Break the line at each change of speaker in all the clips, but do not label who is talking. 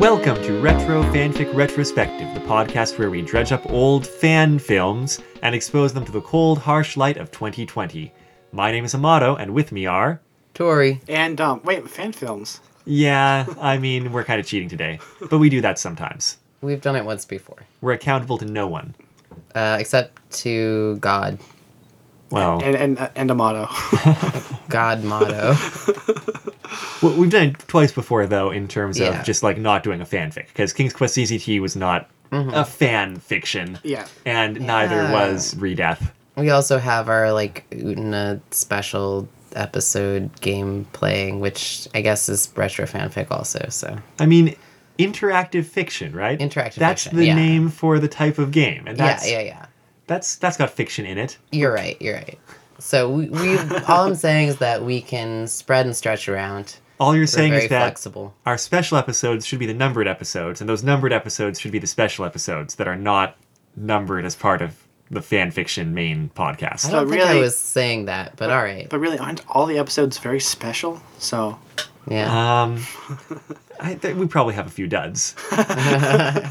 Welcome to Retro Fanfic Retrospective, the podcast where we dredge up old fan films and expose them to the cold, harsh light of 2020. My name is Amato, and with me are.
Tori.
And um, wait, fan films.
Yeah, I mean, we're kind of cheating today, but we do that sometimes.
We've done it once before,
We're accountable to no one.
uh, except to God.
Well,
And and uh, and Amato.
God motto.
w- we've done it twice before, though, in terms
Yeah.
of just like not doing a fanfic, because King's Quest CCT was not a fan fiction.
Yeah.
And neither
Yeah.
was Redeath.
we also have our like Utna special episode game playing, which I guess is retro fanfic also. So
I mean, interactive fiction, right?
Interactive
That's
fiction,
the
yeah.
name for the type of game, and that's
yeah, yeah, yeah.
that's that's got fiction in it.
You're right. You're right. So we, we all I'm saying is that we can spread and stretch around.
All you're
We're
saying
very
is that
flexible.
our special episodes should be the numbered episodes, and those numbered episodes should be the special episodes that are not numbered as part of the fan fiction main
I
podcast.
don't
So
think I
really-
was saying that, but all right.
But really, aren't all the episodes very special? So
Yeah.
Um, I th- we probably have a few duds.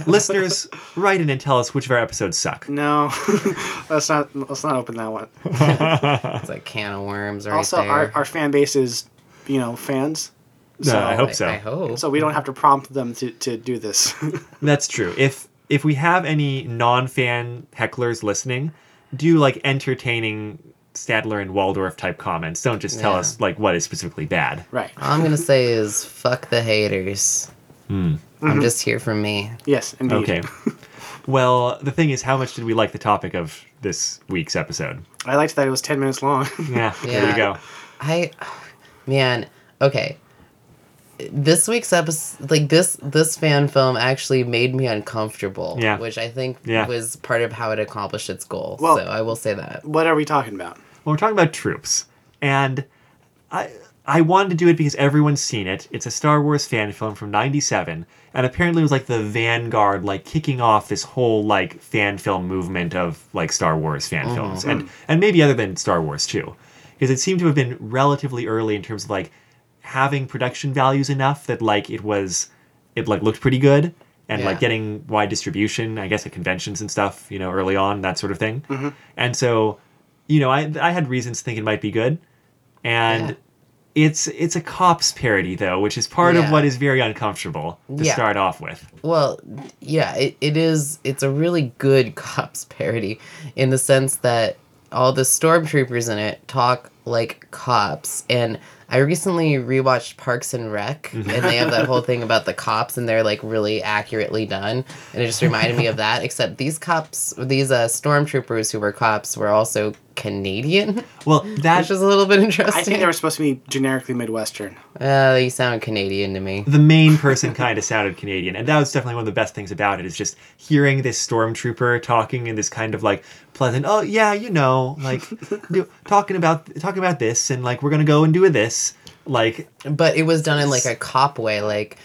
Listeners, write in and tell us which of our episodes suck.
no, let's not let's not open that one.
It's like can of worms right
uh, also,
there.
our our fan base is, you know, fans. So,
I hope
I,
so.
I hope.
So we don't have to prompt them to, to do this.
That's true. If if we have any non-fan hecklers listening, do like entertaining Stadler and Waldorf type comments. Don't just tell
Yeah.
us like what is specifically bad.
right.
All I'm gonna say is fuck the haters.
Mm-hmm.
I'm just here for me.
Yes, indeed.
Okay. well, the thing is, how much did we like the topic of this week's episode?
I liked that it was 10 minutes long.
Yeah, there you
Yeah.
go.
I, man, okay. This week's episode, like this, this fan film actually made me uncomfortable.
Yeah.
Which I think
Yeah.
was part of how it accomplished its goal.
Well-
so I will say that.
what are we talking about?
Well, we're talking about troops, and I I wanted to do it because everyone's seen it. It's a Star Wars fan film from '97, and apparently it was like the vanguard, like kicking off this whole like fan film movement of like Star Wars fan films, and and maybe other than Star Wars too, because it seemed to have been relatively early in terms of like having production values enough that like it was it like looked pretty good and like
Yeah.
getting wide distribution i guess at conventions and stuff you know early on that sort of thing and so you know i i had reasons to think it might be good and
Yeah.
it's it's a cops parody though which is part of
Yeah.
what is very uncomfortable to
Yeah.
start off with
Well, yeah, it, it is. It's a really good cops parody in the sense that all the stormtroopers in it talk like cops. And I recently rewatched Parks and Rec,
Mm-hmm.
and they have that whole thing about the cops, and they're like really accurately done. And it just reminded me of that, except these cops, these uh, stormtroopers who were cops, were also Canadian,
well
which
that
is a little bit interesting.
I think they were supposed to be generically Midwestern.
Uh, they sound Canadian to me.
the main person kind of sounded Canadian, and that was definitely one of the best things about it is just hearing this stormtrooper talking in this kind of like pleasant, oh yeah, you know, like do, talking about talking about this, and like we're gonna go and do this, like
but it was done in like a cop way like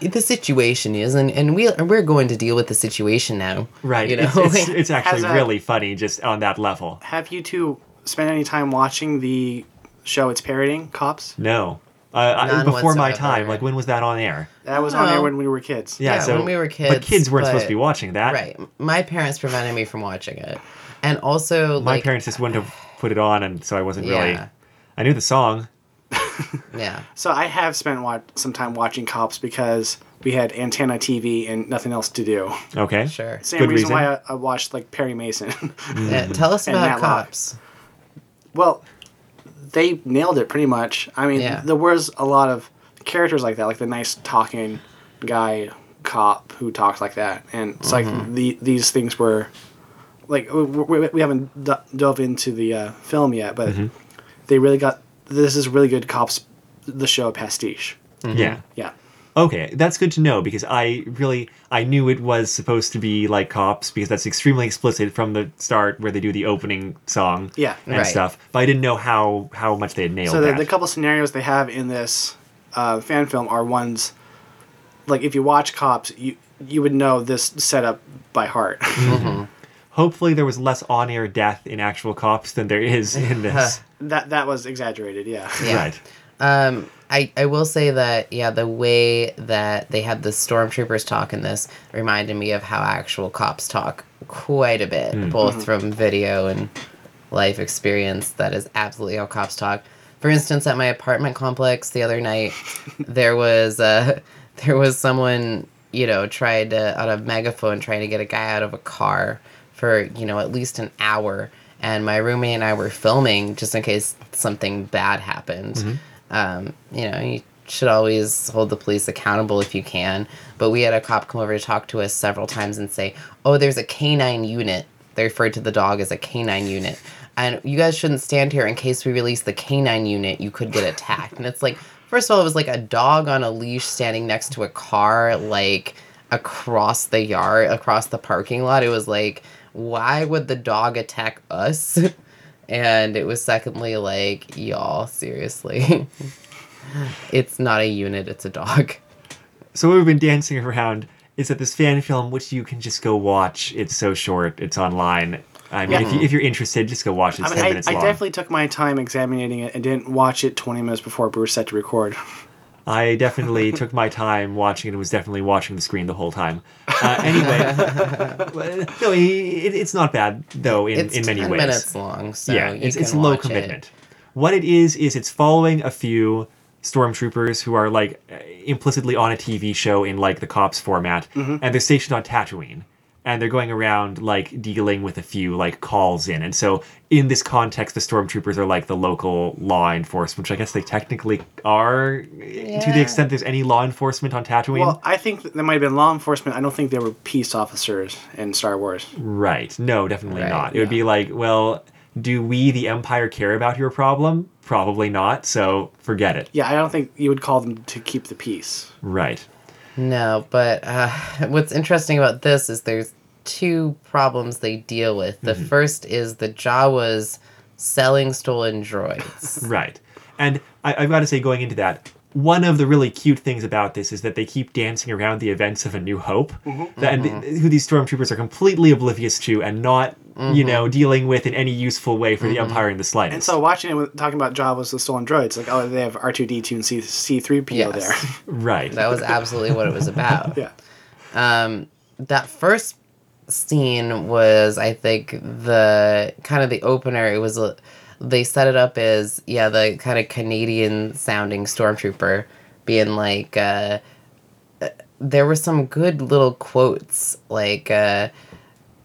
the situation is and, and we and we're going to deal with the situation now
right,
you know
it's, it's,
like-
it's actually
As a-
really funny just on that level.
Have you two spent any time watching the show it's parodying, Cops?
No, uh, I,
None
before my time,
whatsoever.
like when was that on air?
That was on there
Well-
when we were kids.
Yeah,
Yeah,
so
when we were
but
kids,
kids weren't supposed to
but-
be watching that.
right my parents prevented me from watching it and also
my
like
parents just wouldn't have put it on, and so I wasn't really.
Yeah.
I knew the song.
yeah
So I have spent wa- some time watching Cops because we had antenna TV and nothing else to do.
Okay,
sure
Same
Good
reason,
reason.
why I, I watched like Perry Mason.
Hmm.
Yeah, tell us
And
about
Matt Locke.
cops
well, they nailed it pretty much. I mean,
Yeah.
there was a lot of characters like that, like the nice talking guy cop who talked like that, and it's
Mm-hmm.
like the these things were like we, we, we haven't d- dove into the uh, film yet, but
Mm-hmm.
they really got this is really good cops the show pastiche.
Mm-hmm.
yeah.
Yeah.
Okay, that's good to know because I really I knew it was supposed to be like cops because that's extremely explicit from the start where they do the opening song
Yeah.
and
Right.
stuff. But I didn't know how how much they had nailed
So the,
that.
the couple scenarios they have in this uh, fan film are ones like if you watch Cops, you you would know this setup by heart.
Hopefully, there was less on air death in actual cops than there is in this.
That that was exaggerated. Yeah.
Yeah.
Right.
Um, I, I will say that, yeah, the way that they had the stormtroopers talk in this reminded me of how actual cops talk quite a bit,
Hmm.
both from video and life experience. That is absolutely how cops talk. For instance, at my apartment complex the other night, there was uh, there was someone you know tried to on a megaphone trying to get a guy out of a car for you know at least an hour, and my roommate and I were filming just in case something bad happened. Um, you know, you should always hold the police accountable if you can. But we had a cop come over to talk to us several times and say, "Oh, there's a canine unit." They referred to the dog as a canine unit. And you guys shouldn't stand here in case we release the canine unit, you could get attacked. And it's like, first of all, it was like a dog on a leash standing next to a car, like across the yard, across the parking lot. It was like, why would the dog attack us? and it was secondly like, y'all, seriously. it's not a unit, it's a dog.
So what we've been dancing around is that this fan film, which you can just go watch. It's so short. It's online. I mean, if, you, if you're interested, just go watch it. It's
I, mean,
ten
I,
minutes
I
long.
definitely took my time examining it and didn't watch it 20 minutes before we were set to record.
I definitely took my time watching it and was definitely watching the screen the whole time. Uh, anyway, but, no, he- it, it's not bad though in,
It's
in many
10
ways.
minutes long, so
yeah,
you
it's,
can
it's low
watch it.
commitment. What it is is it's following a few stormtroopers who are like uh, implicitly on a TV show in like the cops format,
Mm-hmm.
and they're stationed on Tatooine, and they're going around like dealing with a few like calls in, and so in this context, the stormtroopers are like the local law enforcement, which I guess they technically are to the
Yeah.
extent there's any law enforcement on Tatooine.
Well, I think that there might have been law enforcement. I don't think there were peace officers in Star Wars.
Right. No, definitely
Right,
not. It would
yeah.
be like, well, do we, the Empire, care about your problem? Probably not. So forget it.
Yeah, I don't think you would call them to keep the peace.
Right.
No, but uh, what's interesting about this is there's two problems they deal with. The first is the Jawas selling stolen droids.
Right. And I, I've got to say, going into that, one of the really cute things about this is that they keep dancing around the events of A New Hope,
Mm-hmm.
that, and th- who these stormtroopers are completely oblivious to and not, you know, dealing with in any useful way for the Empire in the slightest.
Mm-hmm. And so watching it, with- talking about Jawas, the stolen droids, like, oh, they have R2D2 and C- C3PO
Yes.
right.
that was absolutely what it was about.
there. yeah.
um, that first scene was i think the kind of the opener it was a, they set it up as yeah the kind of canadian sounding stormtrooper being like uh, uh, there were some good little quotes like uh,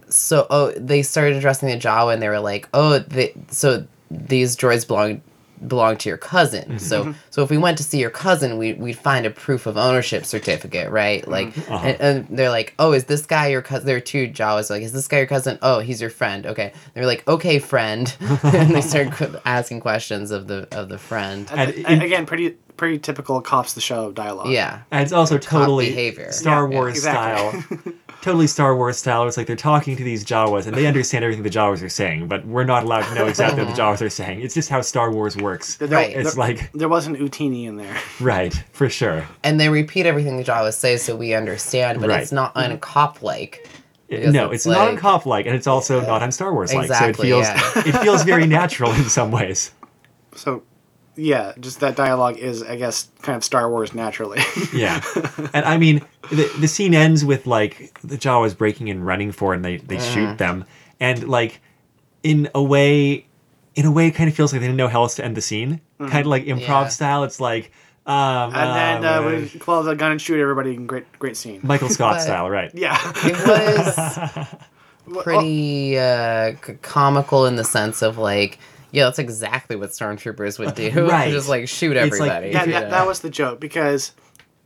so oh they started addressing the Jawa and they were like oh they, so these droids belong belong to your cousin so so if we went to see your cousin we we'd find a proof of ownership certificate right like and, and they're like oh is this guy your cousin there are two Jawas like is this guy your cousin oh he's your friend okay they're like okay friend and they started qu- asking questions of the of the friend
And
A-
in-
again, pretty pretty typical cops the show dialogue.
yeah
And it's also totally
behavior.
Star
Yeah, yeah,
Wars
exactly.
style. totally Star Wars style. It's like they're talking to these Jawas and they understand everything the Jawas are saying, but we're not allowed to know exactly what the
Mm-hmm.
Jawas are saying. It's just how Star Wars works.
There, there-
Right.
It's
there,
like,
there wasn't Utini in there.
right, for sure.
and they repeat everything the Jawas say so we understand but
Right.
it's not uncop like
It-
Because
no, it's
it's
not on
like-
cop like, and it's also not on Star Wars like.
Exactly,
so it feels
yeah.
it feels very natural in some ways.
So, yeah, just that dialogue is, I guess, kind of Star Wars naturally.
Yeah, and I mean, the, the scene ends with like the Jawas breaking and running for, it and they they
Uh-huh.
shoot them, and like in a way, in a way, it kind of feels like they didn't know how else to end the scene, kind of like improv
Mm-hmm. Yeah.
style. It's like um,
and then uh,
um,
we pull out the gun and shoot everybody. and Great, great scene.
Michael Scott
But-
style, right?
yeah.
it was pretty uh, c- comical in the sense of like, yeah, that's exactly what stormtroopers would do.
Right.
Just like shoot
It's like-
everybody.
that,
you
that,
know?
that was the joke because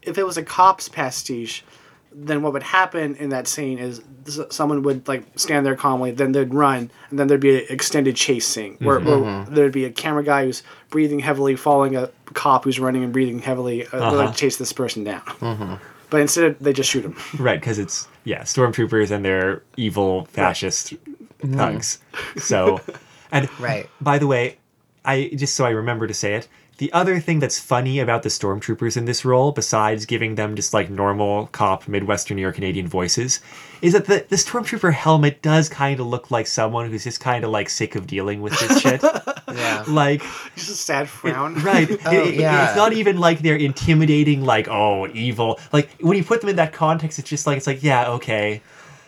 if it was a cop's pastiche then what would happen in that scene is s- someone would like stand there calmly then they'd run and then there'd be an extended chase scene where,
Mm-hmm.
where there'd be a camera guy who's breathing heavily following a cop who's running and breathing heavily uh, they'll,
Uh-huh.
like, chase this person down
Mm-hmm.
but instead they just shoot him
Right, because it's yeah, stormtroopers and their evil fascist thugs. So, and
Mm. Right.
By the way, I just so I remember to say it. The other thing that's funny about the stormtroopers in this role, besides giving them just like normal cop Midwestern or Canadian voices, is that the, the stormtrooper helmet does kind of look like someone who's just kind of like sick of dealing with this shit.
Yeah.
like,
Just a sad frown.
right? It- it-
Oh, yeah.
It's not even like they're intimidating, like oh evil. Like when you put them in that context, it's just like it's like yeah okay,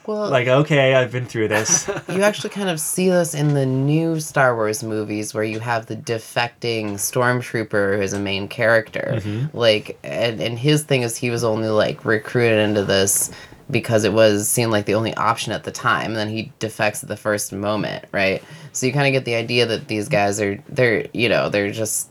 Well,
like okay I've been through this.
you actually kind of see this in the new Star Wars movies where you have the defecting stormtrooper who is a main character. Like and, and his thing is he was only like recruited into this because it was seemed like the only option at the time and then he defects at the first moment, right? So you kind of get the idea that these guys are they're, you know, they're just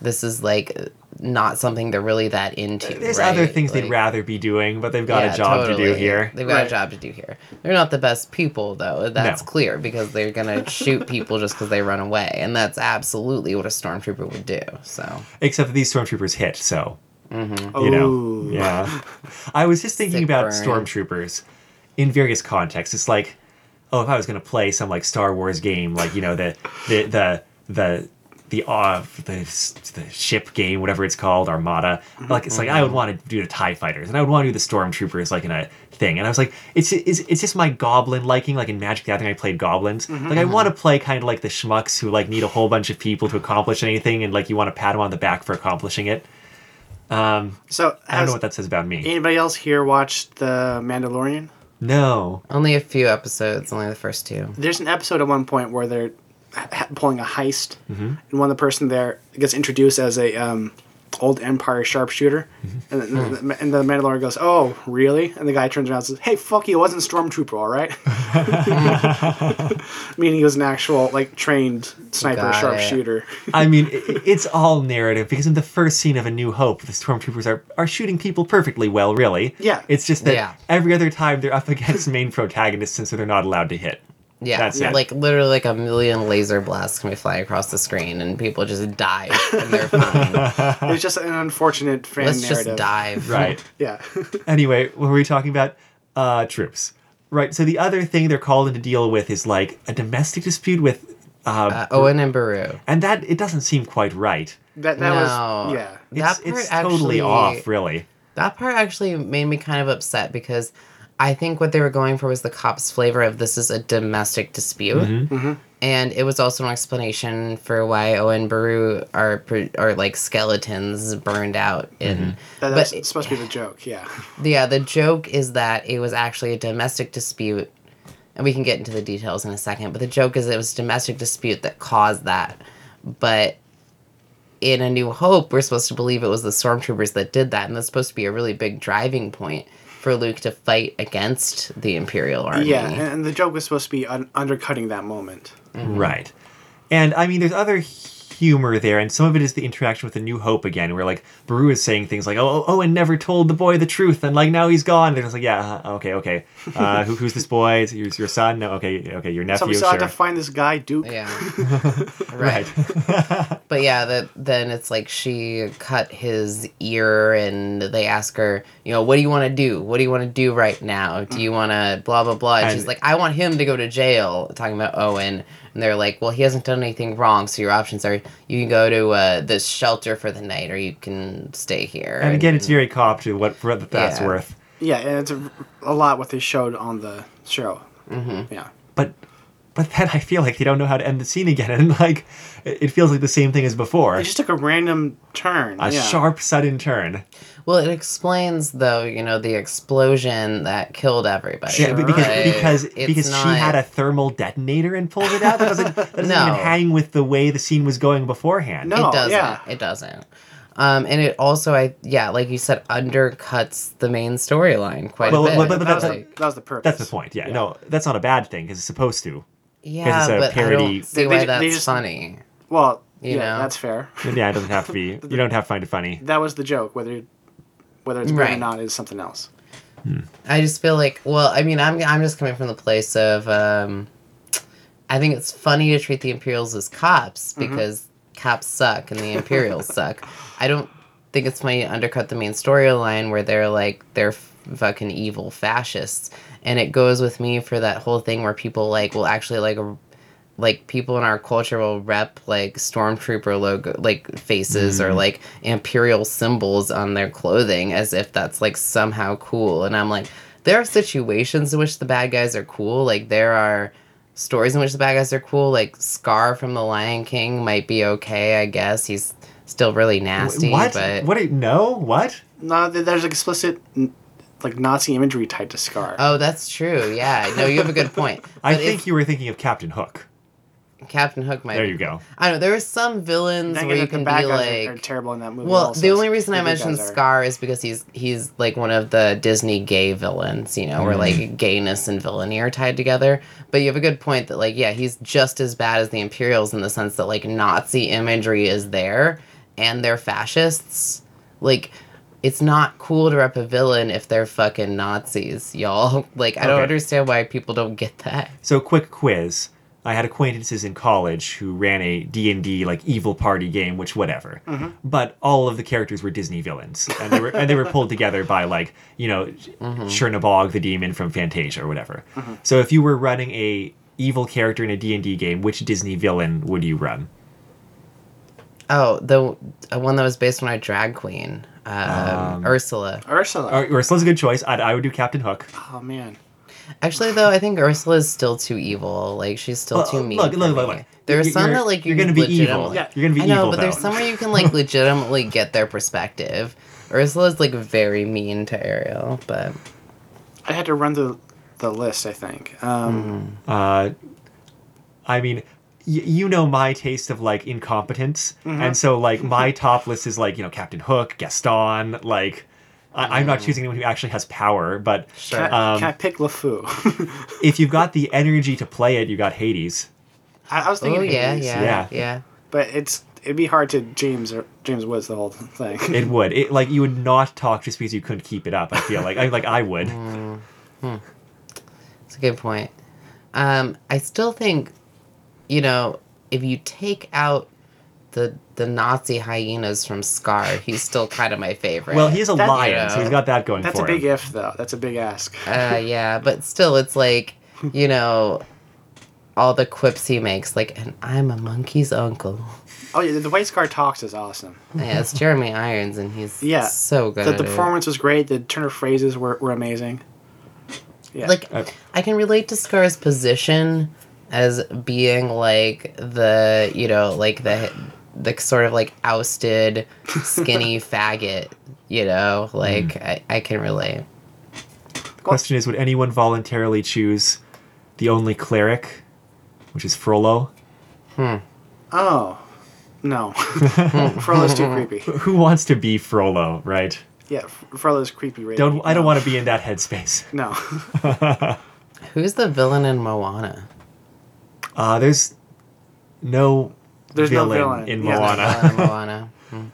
this is like not something they're really that into.
There's
right?
other things they'd
Like-
rather be doing, but they've got
yeah,
a job to do
totally.
here.
They've got a
Right.
job to do here. They're not the best people though. That's clear because they're gonna shoot people just because they run away, and that's absolutely what a stormtrooper would do. So
Except that these stormtroopers hit, so
Oh,
you know yeah i was just thinking
Sick
about
burn.
stormtroopers in various contexts it's like oh if i was going to play some like star wars game like you know the the the the the uh, the, s- the ship game whatever it's called armada like it's like i would want to do the tie fighters and i would want to do the stormtroopers like in a thing and i was like it's it's, it's just my goblin liking like in magic the gathering i played goblins like i want to play kind of like the schmucks who like need a whole bunch of people to accomplish anything and like you want to pat them on the back for accomplishing it
So
I don't
has
know what that says about me.
anybody else here watched the Mandalorian?
No.
only a few episodes, only the first two.
There's an episode at one point where they're ha- ha- pulling a heist, and one of the person there gets introduced as a um, old Empire sharpshooter, and, the, the, and the Mandalorian goes, "Oh, really?" And the guy turns around and says, "Hey, fuck you! It wasn't stormtrooper, all right." Meaning he was an actual like trained sniper
Got it.
sharpshooter.
I mean, i- i- it's all narrative because in the first scene of A New Hope, the stormtroopers are, are shooting people perfectly well, really.
Yeah.
It's just that
Yeah.
every other time they're up against main protagonists, and so they're not allowed to hit.
Yeah,
That's it.
like literally like a million laser blasts can be flying across the screen, and people just dive and they're fine.
It was just an unfortunate fan
Let's
narrative.
just dive.
Right.
Yeah.
anyway, what were we talking about? Uh, troops. Right. So the other thing they're called in to deal with is like a domestic dispute with. Uh,
Uh, Owen and Baru.
and that it doesn't seem quite right.
that
No.
that was yeah.
It's,
That part
it's totally
actually-
off, really.
That part actually made me kind of upset because I think what they were going for was the cops' flavor of this is a domestic dispute. And it was also an explanation for why Owen Baru are pre- are like skeletons burned out in
That,
But-
that's supposed to be the joke. Yeah.
yeah, the joke is that it was actually a domestic dispute, and we can get into the details in a second. But the joke is it was a domestic dispute that caused that. But in A New Hope, we're supposed to believe it was the stormtroopers that did that, and that's supposed to be a really big driving point for Luke to fight against the Imperial Army.
Yeah, and, and the joke was supposed to be un- undercutting that moment.
Right. And I mean, there's other humor there, and some of it is the interaction with the New Hope again, where like Baru is saying things like, "Oh, oh, and never told the boy the truth," and like now he's gone. They're just like, "Yeah, uh, okay, okay. Uh, who, who's this boy? It's your, your son? No, okay, okay, your
So
nephew,
we still
sure."
had to find this guy, Duke.
Yeah. right. but yeah, that then it's like she cut his ear and they ask her, you know, what do you want to do? What do you want to do right now? Do you want to blah blah blah? And, she's
And-
like, I want him to go to jail, talking about Owen. And they're like, well, he hasn't done anything wrong, so your options are you can go to uh, this shelter for the night or you can stay here.
and again, it's very cop to what for what that's
Yeah.
worth.
Yeah, and it's a, a lot what they showed on the show. Mm-hmm. Yeah.
But but then I feel like they don't know how to end the scene again, and like it it feels like the same thing as before.
It just took a random turn.
A
yeah.
sharp, sudden turn.
well, it explains though, you know, the explosion that killed everybody.
Yeah, but because
right?
because
It's
because she
not-
had a thermal detonator and pulled it out. That doesn't, that doesn't
No.
even hang with the way the scene was going beforehand.
No.
it doesn't.
yeah.
It doesn't. Um, and it also, I yeah, like you said, undercuts the main storyline quite
Well,
a bit.
well, but- but
That was,
that's-
Like,
the, that was the purpose.
That's the point. Yeah, no, that's not a bad thing because it's supposed to.
yeah,
it's a
but I
parody-
don't see
They-
why
they-
that's
they just-
funny.
Well,
You
yeah,
know.
that's fair.
Yeah, it doesn't have to be. You don't have to find it funny.
That was the joke. Whether whether it's good or
Right.
not is something else.
I just feel like, well, I mean, I'm I'm just coming from the place of, um, I think it's funny to treat the Imperials as cops because cops suck and the Imperials suck. I don't think it's funny to undercut the main storyline where they're like they're f- fucking evil fascists, and it goes with me for that whole thing where people like will actually like. r- like people in our culture will rep like stormtrooper logo like faces
Mm.
or like imperial symbols on their clothing as if that's like somehow cool and i'm like there are situations in which the bad guys are cool like there are stories in which the bad guys are cool like scar from the lion king might be okay i guess he's still really nasty
what?
but
What? do you- No. What?
No, th- there's like explicit n- like Nazi imagery tied to Scar.
oh that's true yeah no you have a good point
I
But if
think you were thinking of Captain Hook.
captain hook might
There you go.
I don't know. There are some villains
Then
where
again,
you
the
can
bad
be
guys are- are,
like.
terrible in that movie.
Well,
also.
the only reason I
The good guys
mentioned
are-
Scar is because he's he's like one of the Disney gay villains, you know, where
Mm.
like gayness and villainy are tied together. But you have a good point that like yeah, he's just as bad as the Imperials in the sense that like Nazi imagery is there and they're fascists. Like it's not cool to rep a villain if they're fucking Nazis, y'all. Like I don't
Okay.
understand why people don't get that.
So, quick quiz. I had acquaintances in college who ran a D&D like evil party game, which whatever. But all of the characters were Disney villains, and they were and they were pulled together by like you know Chernabog the demon from Fantasia or whatever. So, if you were running a evil character in a D&D game, which Disney villain would you run?
Oh, the uh, one that was based on a drag queen, um,
Um,
Ursula.
Ursula.
Or, Ursula's a good choice. I'd, I would do Captain Hook.
oh man.
Actually, though, I think Ursula is still too evil. Like she's still
Well,
too mean.
look, look,
for
look,
me.
look.
There are
You're-
some
you're-
that like you
you're gonna
can
be evil.
legitimately-
Yeah, you're gonna be
I know,
evil,
but there's
though.
somewhere you can like legitimately get their perspective. Ursula's like very mean to Ariel, but
I had to run the the list. I think. Um,
Uh, I mean, y- you know my taste of like incompetence,
Mm-hmm.
and so like my top list is like you know Captain Hook, Gaston. Like, I- I'm
Mm.
not choosing anyone who actually has power, but
sure.
Can, I,
Um,
can I pick LeFou?
if you've got the energy to play it, you got Hades.
I, I was thinking.
oh yeah,
Hades,
yeah,
yeah.
yeah,
But it's it'd be hard to James or James Woods the whole thing.
It would it like you would not talk just because you couldn't keep it up. I feel like I like I would.
Mm.
It's a good point. Um, I still think, you know, if you take out the the Nazi hyenas from Scar, he's still kind of my favorite.
Well, he's a
That-
lion, so
yeah.
he's got that going
That's
for
a big
him.
if though. That's a big ask.
Uh, yeah, but still, it's like, you know, all the quips he makes, like, and I'm a monkey's uncle.
Oh yeah, the way Scar talks is awesome.
Yeah, it's Jeremy Irons, and he's
Yeah,
so good.
The,
at
the
it.
performance was great. The turn of phrases were, were amazing. Yeah.
Like,
Uh,
I can relate to Scar's position as being like the, you know, like the the sort of like ousted skinny faggot. You know, like
Mm.
I, I can relate.
The question is, would anyone voluntarily choose the only cleric, which is Frollo?
Hmm.
oh, no, Frollo's too creepy.
Who wants to be Frollo, right?
Yeah, Frollo's creepy. Rating.
Don't I don't want to be in that headspace.
No.
Who's the villain in Moana?
Uh, there's no
There's no
villain,
villain.
in
Yeah.
Moana.
Uh, Moana.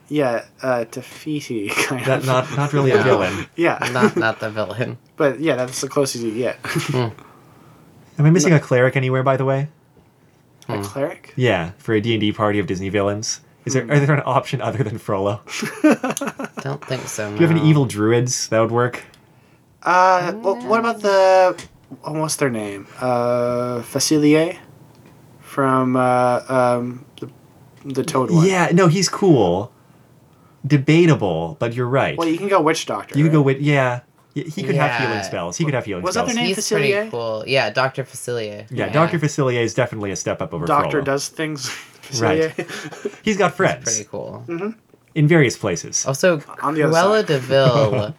yeah, uh, Tafiti kind of.
that, not not really a
No.
villain.
yeah,
Not Hmm. not the villain.
but yeah, that's the closest you get.
Am I missing a cleric anywhere? By the way,
a cleric.
yeah, for a D and D party of Disney villains. Is there are there an option other than Frollo?
Don't think so.
Do you have any evil druids that would work?
Uh, well, what about the oh, what's their name? Uh, Facilier from uh, um, the, the Toad one.
Yeah, no, he's cool. Debatable, but you're right.
Well, you can go Witch Doctor.
you could go
right?
with yeah. Y- He could have
Yeah.
healing spells. He could have healing
Was that
spells.
their name?
He's
Facilier?
pretty cool. Yeah, Doctor Facilier.
Yeah, Doctor Facilier is definitely a step up over
Doctor
Frollo.
does things.
Right.
Facilier.
He's got friends
Pretty cool.
in various
Oh.
places.
Also,
On the other
Cruella
side.
Deville,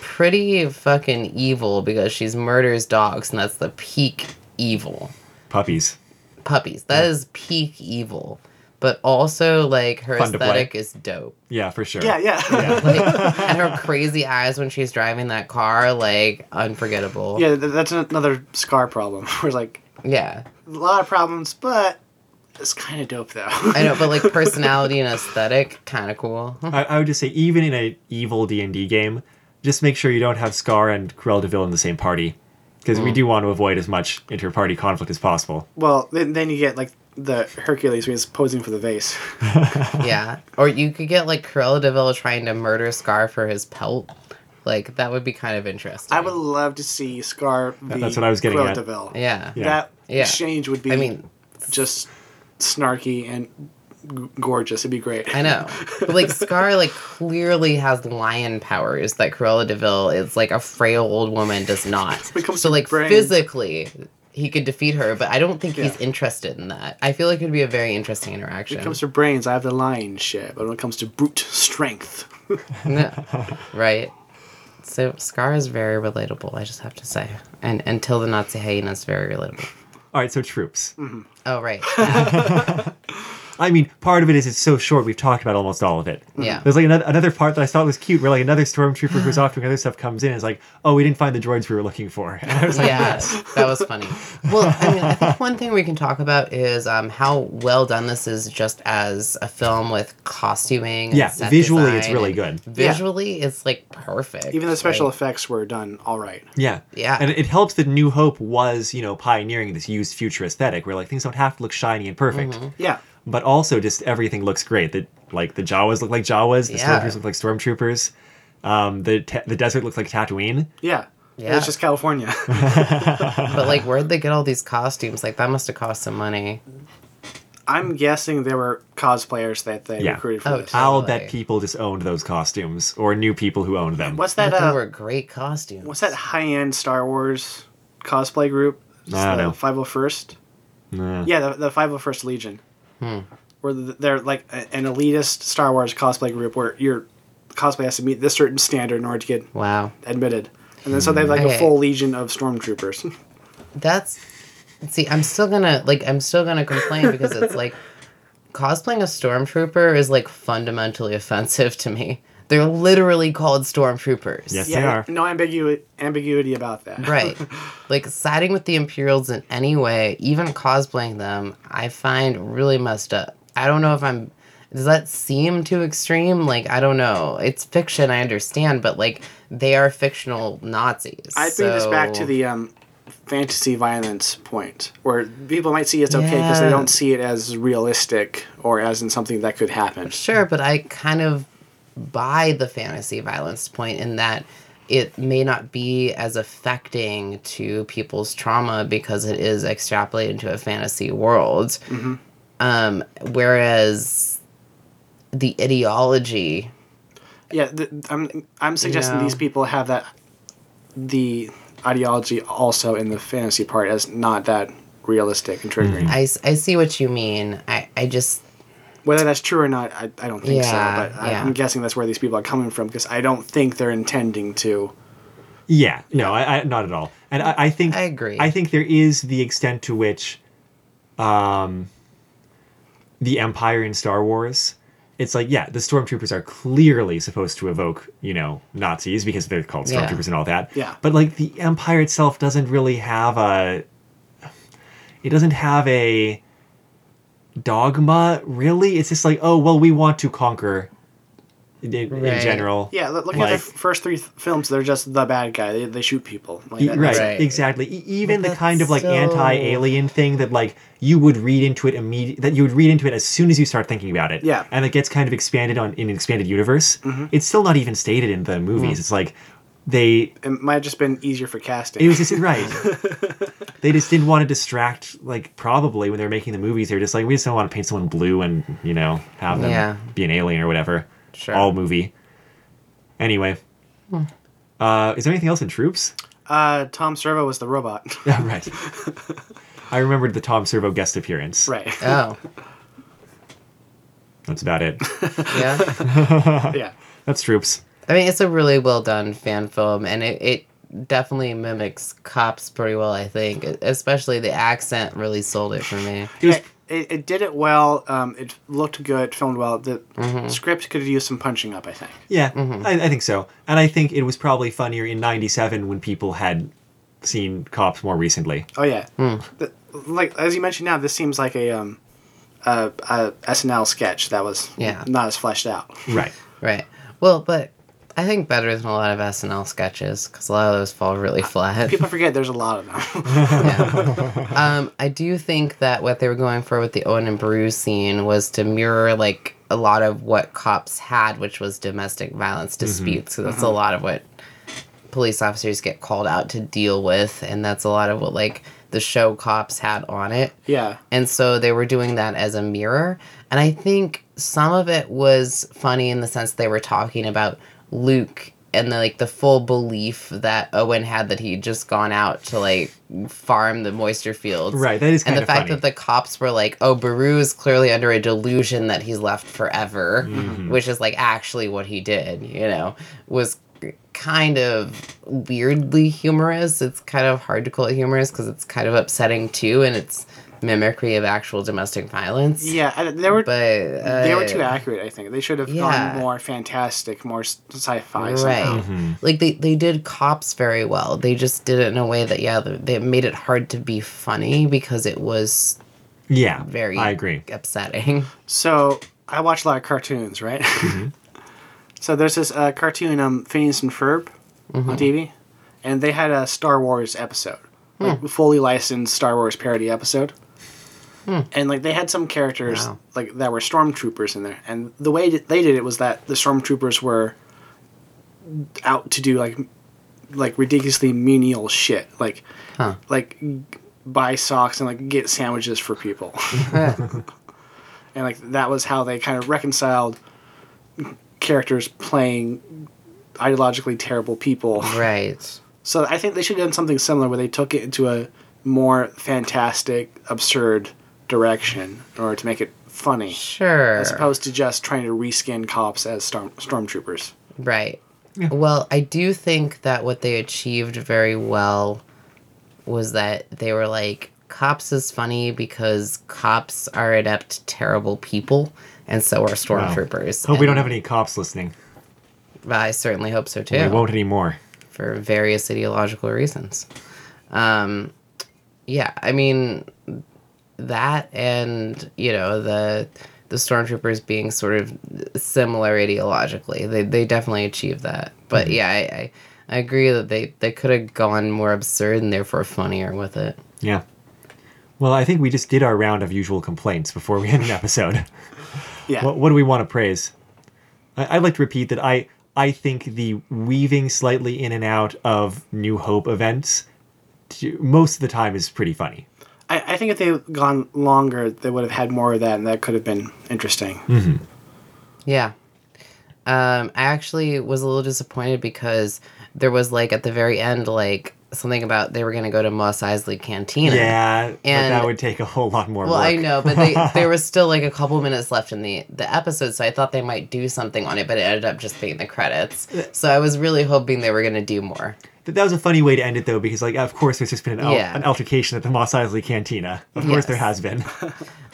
pretty fucking evil because she's murders dogs, and that's the peak evil.
Puppies.
Puppies. That is peak evil. But also, like her
Fun to play.
aesthetic is dope.
Yeah, for sure.
yeah, yeah, yeah.
Like, and her crazy eyes when she's driving that car, like unforgettable.
th- that's another Scar problem. Where it's like
yeah.
a lot of problems, but it's kind of dope though.
I know, but like personality and aesthetic, kind of cool.
I, I would just say even in an evil D and D game, just make sure you don't have Scar and Cruella Deville in the same party, because
Mm.
we do want to avoid as much inter-party conflict as possible.
Well, then, then you get like the Hercules who is posing for the vase.
Yeah. Or you could get like Cruella Deville trying to murder Scar for his pelt. Like that would be kind of interesting.
I would love to see Scar. v.
that's what I was getting
Cruella
at.
de Vil.
Yeah.
Yeah.
That
Yeah.
exchange would be.
I mean,
just snarky and g- gorgeous. It'd be great.
I know. But like Scar like clearly has lion powers that Cruella Deville is like a frail old woman does not.
It becomes
so like
brain.
physically he could defeat her, but I don't think he's
Yeah.
interested in that. I feel like it'd be a very interesting
When
interaction.
it comes to brains, I have the lion shit. But when it comes to brute strength,
No. right. So Scar is very relatable, I just have to say. And until the Nazi hyena is very relatable.
All right, so troops.
Oh right.
I mean, part of it is it's so short. We've talked about almost all of it.
Mm. Yeah.
There's like another, another part that I thought was cute, where like another stormtrooper who's off doing other stuff comes in and is like, "Oh, we didn't find the droids we were looking for." And I was like,
yeah, that was funny. Well, I mean, I think one thing we can talk about is um, how well done this is just as a film with costuming. And
Yeah,
set
visually it's
design
really
and
good.
Visually, it's like perfect.
even the special
Like,
effects were done all right.
"Yeah,
Yeah.
And it helps that New Hope was, you know, pioneering this used future aesthetic, where like things don't have to look shiny and perfect,
Mm-hmm.
Yeah,
but also just everything looks great. That like the Jawas look like Jawas, the
Yeah.
stormtroopers look like stormtroopers, um, the te- the desert looks like Tatooine.
yeah.
Yeah.
It's just California.
but like, where'd they get all these costumes? Like, that must have cost some money.
I'm guessing there were cosplayers that they
Yeah.
recruited for
Oh,
this.
totally.
I'll bet people just owned those costumes or knew people who owned them.
What's
But
that?
they
Uh,
were great costumes.
what's that high-end Star Wars cosplay group?
I don't know.
Five Hundred First.
Nah.
Yeah, the the Five Hundred First Legion.
Hmm.
Where th- they're like a- an elitist Star Wars cosplay group where your cosplay has to meet this certain standard in order to get
Wow,
admitted. And then so they have like
Okay.
a full legion of stormtroopers.
that's. See, I'm still gonna like. I'm still gonna complain because it's like cosplaying a stormtrooper is like fundamentally offensive to me. They're literally called stormtroopers.
Yes.
yeah,
They are.
no ambiguity ambiguity about that.
Right. Like siding with the Imperials in any way, even cosplaying them, I find really messed up. I don't know if I'm does that seem too extreme? Like I don't know. It's fiction, I understand, but like they are fictional Nazis.
I bring this back
so-
to the um, fantasy violence point, where people might see it's okay because they
Yeah.
don't see it as realistic or as in something that could happen.
Sure, but I kind of buy the fantasy violence point in that it may not be as affecting to people's trauma because it is extrapolated to a fantasy world. Um, whereas the ideology,
Yeah, th- I'm I'm suggesting
Yeah.
these people have that the ideology also in the fantasy part as not that realistic and triggering.
Mm-hmm.
I, s- I see what you mean. I, I just,
Whether that's true or not, I, I don't
Yeah,
think so. But I,
yeah.
I'm guessing that's where these people are coming from because I don't think they're intending to.
Yeah, no, I, I, not at all. And I, I think
I agree.
I think there is the extent to which, um, the Empire in Star Wars, it's like yeah, the stormtroopers are clearly supposed to evoke you know Nazis because they're called
Yeah.
stormtroopers and all that.
Yeah.
But like the Empire itself doesn't really have a. It doesn't have a dogma really. It's just like oh well, we want to conquer. In, in
Right.
general,
Yeah, look, look at
Like-
the f- first three th- films. They're just the bad guy. They, they shoot people. Like,
Y-
that-
right,
Right.
exactly. E- even
But
the kind of like
that's so-
anti-alien thing that like you would read into it immediate that you would read into it as soon as you start thinking about it.
Yeah.
and it gets kind of expanded on in an expanded universe.
Mm-hmm.
It's still not even stated in the
Mm.
movies. It's like they
It might have just been easier for casting.
it was just right. they just didn't want to distract. Like probably when they were making the movies, they were just like we just don't want to paint someone blue and you know have them
Yeah.
be an alien or whatever.
Sure.
All movie. Anyway. Uh, is there anything else in Troops?
uh, Tom Servo was the robot.
Yeah, right. I remembered the Tom Servo guest appearance.
right.
oh,
That's about it.
yeah.
Uh-huh.
yeah.
That's troops.
I mean, it's a really well done fan film, and it, it definitely mimics cops pretty well. I think, e-, especially the accent really sold it for me.
It was-
It, it, it did it well. Um, it looked good. Filmed well. The
Mm-hmm.
script could have used some punching up. I think.
Yeah, I, I think so. And I think it was probably funnier in 97 when people had seen cops more recently.
Oh yeah.
Hmm.
The- like as you mentioned now, this seems like a um, a, a SNL sketch that was
Yeah.
not as fleshed out.
Right.
Right. Well, but I think better than a lot of SNL sketches because a lot of those fall really flat.
People forget there's a lot of them.
Yeah. um, I do think that what they were going for with the Owen and Brew scene was to mirror like a lot of what cops had, which was domestic violence disputes. So that's a lot of what police officers get called out to deal with, and that's a lot of what like the show Cops had on it.
Yeah.
And so they were doing that as a mirror. And I think some of it was funny in the sense they were talking about Luke and the, like the full belief that Owen had that he'd just gone out to like farm the moisture fields.
Right, that is
And
kind
the
of
fact
funny.
that the cops were like, "Oh, Baru is clearly under a delusion that he's left forever,"
Mm-hmm.
which is like actually what he did, you know, was kind of weirdly humorous. It's kind of hard to call it humorous because it's kind of upsetting too, and it's mimicry of actual domestic violence.
Yeah. I, they were
but uh,
they were too accurate. I think they should have
yeah.
gone more fantastic, more s- sci-fi.
Right.
somehow.
Mhm.
Like they, they did cops very well. They just did it in a way that yeah, they- they made it hard to be funny because it was
Yeah,
very
I agree.
upsetting.
So I watch a lot of cartoons, right? so there's this uh, cartoon, um, Phineas and Ferb, on TV, and they had a Star Wars episode, like fully licensed Star Wars parody episode. And like they had some characters
Wow.
like that were stormtroopers in there, and the way that they did it was that the stormtroopers were out to do like like ridiculously menial shit, like
Huh.
like g- buy socks and like get sandwiches for people and like that was how they kind of reconciled characters playing ideologically terrible people.
right.
So I think they should have done something similar where they took it into a more fantastic, absurd direction in order to make it funny,
Sure.
as opposed to just trying to reskin cops as storm stormtroopers.
Right.
Yeah.
Well, I do think that what they achieved very well was that they were like, cops is funny because cops are adept, terrible people, and so are stormtroopers.
Hope we don't
And
have any cops listening.
I certainly hope so too
We won't anymore.
for various ideological reasons. Um, yeah, I mean that, and you know the the stormtroopers being sort of similar ideologically. They they definitely achieved that, but yeah, I, I I agree that they they could have gone more absurd and therefore funnier with it.
Yeah. Well, I think we just did our round of usual complaints before we end an episode.
Yeah.
What, what do we want to praise? I, I'd like to repeat that I I think the weaving slightly in and out of New Hope events to, most of the time is pretty funny.
I, I think if they had gone longer, they would have had more of that, and that could have been interesting.
Yeah. Um, I actually was a little disappointed because there was like at the very end like something about they were gonna go to Moss Eisley Cantina.
Yeah, but that
And-
would take a whole lot more
Well,
work.
I know, but they there was still like a couple minutes left in the the episode, so I thought they might do something on it, but it ended up just being the credits. So I was really hoping they were gonna do more.
But that was a funny way to end it though, because like of course there's just been an, al-
Yeah.
an altercation at the Mos Eisley Cantina. Of course there has
Yes.
been.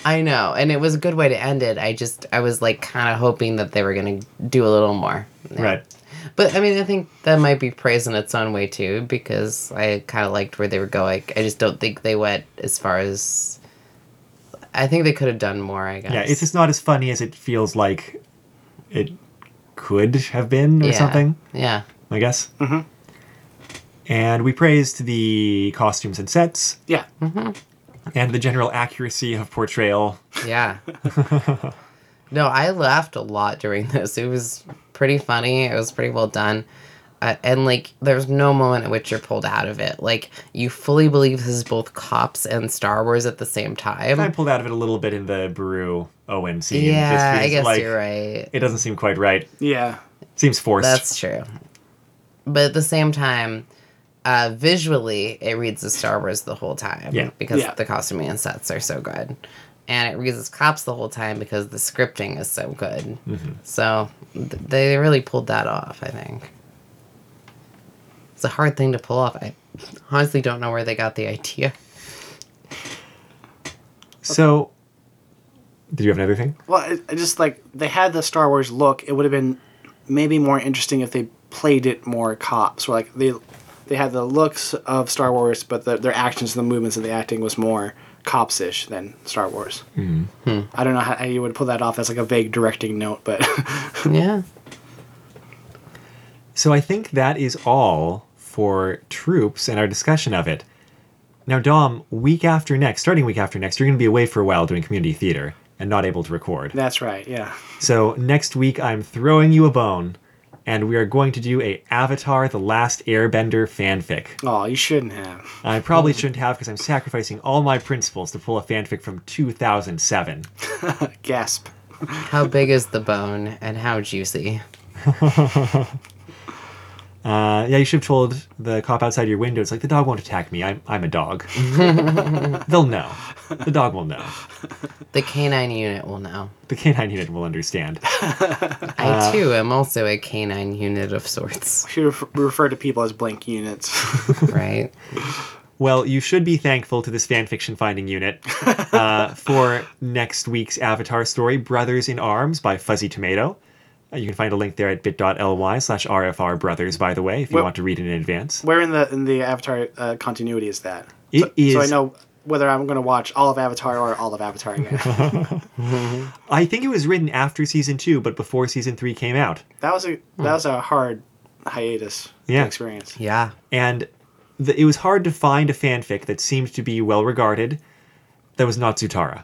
I know, and it was a good way to end it. I just I was like kind of hoping that they were gonna do a little more. Yeah.
Right.
But I mean, I think that might be praise in its own way too, because I kind of liked where they were going. I just don't think they went as far as. I think they could have done more. I guess.
Yeah, it's just not as funny as it feels like it could have been or
Yeah.
something.
Yeah.
I guess. Mm-hmm. And we praised the costumes and sets
Yeah,
and the general accuracy of portrayal.
Yeah. no, I laughed a lot during this. It was pretty funny. It was pretty well done. Uh, and like, there's no moment in which you're pulled out of it. Like, you fully believe this is both cops and Star Wars at the same time.
I pulled out of it a little bit in the Baru Owen scene.
Hmm. yeah, I
because,
guess
like,
you're right.
It doesn't seem quite right.
yeah.
Seems forced.
That's true. But at the same time, uh, visually, it reads as Star Wars the whole time.
Yeah.
Because
Yeah.
the costuming and sets are so good. And it reads as cops the whole time because the scripting is so good. So th- they really pulled that off, I think. It's a hard thing to pull off. I honestly don't know where they got the idea.
So, did you have another thing?
Well, I- I just like they had the Star Wars look. It would have been maybe more interesting if they played it more cops. Where like they they had the looks of Star Wars, but the, their actions and the movements and the acting was more cops-ish than Star Wars.
Mm-hmm.
I don't know how you would pull that off. That's like a vague directing note, but
Yeah.
So I think that is all for troops and our discussion of it. Now, Dom, week after next, starting week after next, you're going to be away for a while doing community theater and not able to record.
that's right. Yeah,
So next week, I'm throwing you a bone. and we are going to do a Avatar: The Last Airbender fanfic.
Oh, you shouldn't have.
I probably shouldn't have because I'm sacrificing all my principles to pull a fanfic from 2007.
Gasp.
How big is the bone and how juicy?
Uh, yeah, you should have told the cop outside your window. It's like the dog won't attack me. I'm I'm a dog. They'll know. The dog will know.
The canine unit will know.
The canine unit will understand.
I too am also a canine unit of sorts,
Should ref- refer to people as blank units.
right?
Well, you should be thankful to this fanfiction finding unit uh, for next week's Avatar story, Brothers in Arms by Fuzzy Tomato. Uh, you can find a link there at bit.ly slash RFR Brothers, by the way, if you
Well-
want to read it in advance.
Where in the in the Avatar uh, continuity is that?
It
so, so I
is-
know whether I'm going to watch all of Avatar or all of Avatar again.
I think it was written after season two, but before season three came out.
that was a that was a hard hiatus to
Yeah.
experience.
Yeah.
and the, it was hard to find a fanfic that seemed to be well regarded that was not Zutara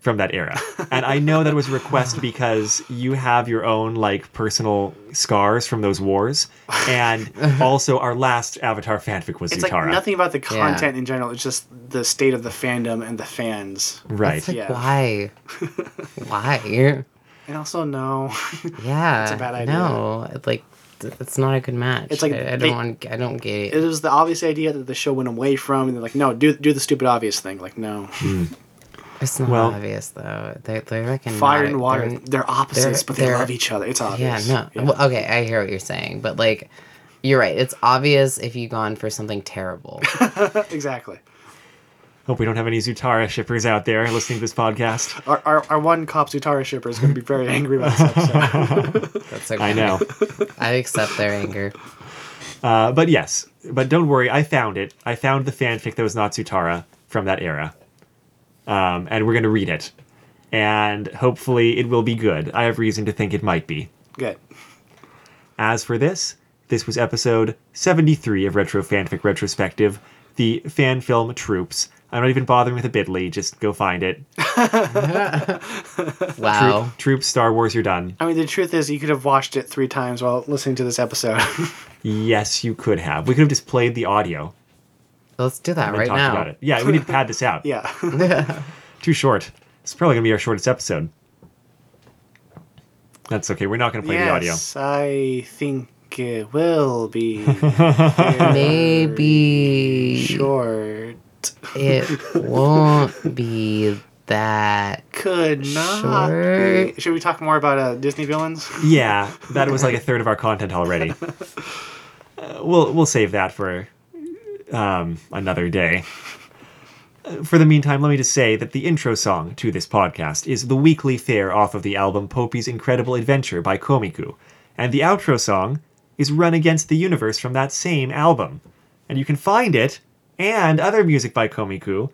from that era. and I know that was a request because you have your own like personal scars from those wars, and also our last Avatar fanfic was
It's
Zutara.
like nothing about the content in general. It's just the state of the fandom and the fans.
Right.
It's like,
Yeah.
why? why?
And also, no,
Yeah. It's
a bad idea.
No, it's like, th- it's not a good match.
It's like
I, I
they-
don't want, I don't get
it
it.
was the obvious idea that the show went away from, and they're like, no, do do the stupid obvious thing. Like, no,
It's not
well-
obvious, though. They, they reckon
fire
not-
and water,
they're-
they're, opposites,
they're-
but they
they're-
love each other. It's
Yeah,
obvious.
no. Well, okay, I hear what you're saying, but like, you're right. It's obvious if you've gone for something terrible.
exactly.
Hope we don't have any Zutara shippers out there listening to this podcast.
Our, our, our one cop Zutara shipper is going to be very angry about this episode.
That's okay.
I know.
I accept their anger.
Uh, but yes, but don't worry, I found it. I found the fanfic that was not Sutara from that era. Um, and we're going to read it. And hopefully it will be good. I have reason to think it might be.
Good.
As for this, this was episode 73 of Retro Fanfic Retrospective, the fan film Troops. I'm not even bothering with a bit.ly, just go find it.
Wow.
Troop, Troops, Star Wars, you're done.
I mean, the truth is, you could have watched it three times while listening to this episode.
Yes, you could have. We could have just played the audio
Let's do that
and
right
talked
now.
about it. Yeah, we need to pad this out.
yeah.
Too short. It's probably gonna be our shortest episode. That's okay. We're not gonna play the audio.
yes, I think it will be
Maybe
short.
it won't be that.
Could not
Short.
be. Should we talk more about uh, Disney villains?
Yeah, that was like a third of our content already. Uh, we'll we'll save that for um, another day. Uh, For the meantime, let me just say that the intro song to this podcast is the weekly fare off of the album Popey's Incredible Adventure by Komiku, and the outro song is Run Against the Universe from that same album. And you can find it and other music by Komiku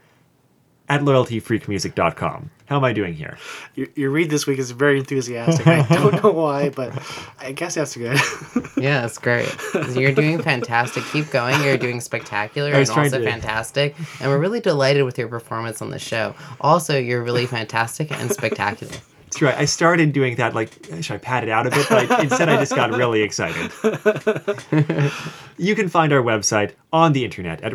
at loyaltyfreakmusic.com. How am I doing here?
Your, your read this week is very enthusiastic. I don't know why, but I guess that's good.
Yeah, that's great. You're doing fantastic. Keep going. You're doing spectacular
I was
and
trying
also
to-
fantastic. And we're really delighted with your performance on the show. Also, you're really fantastic and spectacular.
That's right. I started doing that. Like, should I pat it out a bit? But I, instead, I just got really excited. you can find our website on the internet at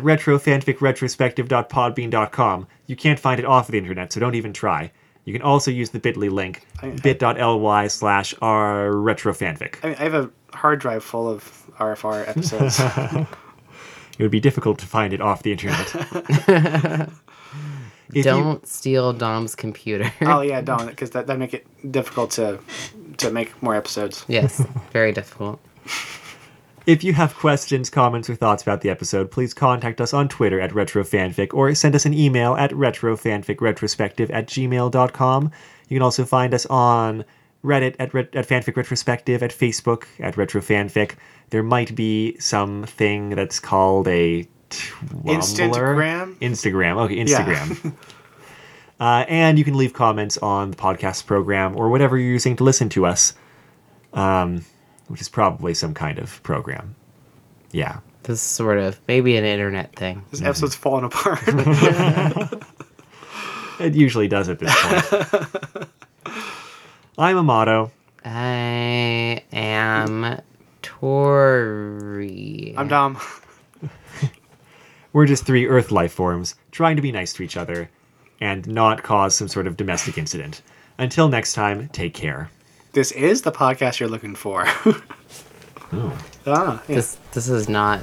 retrofanficretrospective.podbean.com. You can't find it off of the internet, so don't even try. You can also use the bit.ly link, bit.ly slash r retrofanfic.
I, mean, I have a hard drive full of RFR episodes.
It would be difficult to find it off the internet. If you-
Don't steal Dom's computer.
oh yeah, don't because that that make it difficult to to make more episodes.
Yes, very difficult.
If you have questions, comments, or thoughts about the episode, please contact us on Twitter at RetroFanfic or send us an email at RetroFanficRetrospective at gmail.com. You can also find us on Reddit at, ret- at Fanfic Retrospective, at Facebook at RetroFanfic. There might be something that's called a Twimbler?
Instagram?
Instagram. Okay, Instagram. uh, and you can leave comments on the podcast program or whatever you're using to listen to us um, which is probably some kind of program. Yeah.
This is sort of maybe an internet thing.
This episode's falling apart.
It usually does at this point. I'm Amato.
I am Corey.
I'm Dom.
We're just three Earth life forms trying to be nice to each other and not cause some sort of domestic incident. Until next time, take care.
This is the podcast you're looking for.
Oh.
ah, yeah, this,
This this is not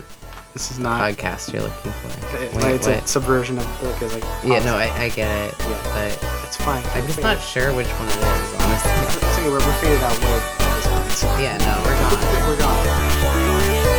is not.
podcast you're looking for.
it-
Wait,
like, it's a
what?
subversion of. Like, it's like
yeah, no, I, I get it,
Yeah.
but
it's fine.
I'm just not sure which one it is, honestly.
It's okay, we're, we're faded out. We're, it's-
Yeah, no, we're not.
we're gone.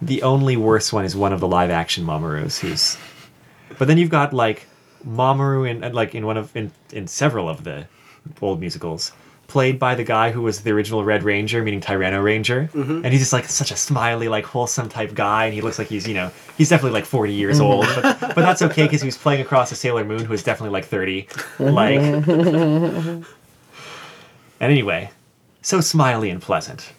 The only worse one is one of the live action Mamoru's who's But then you've got like Mamoru in and, like in one of in, in several of the old musicals played by the guy who was the original Red Ranger, meaning Tyranno Ranger. And he's just like such a smiley, like wholesome type guy and he looks like he's, you know, he's definitely like 40 years old, but, but that's okay because he was playing across a Sailor Moon who is definitely like 30. Like And anyway, so smiley and pleasant.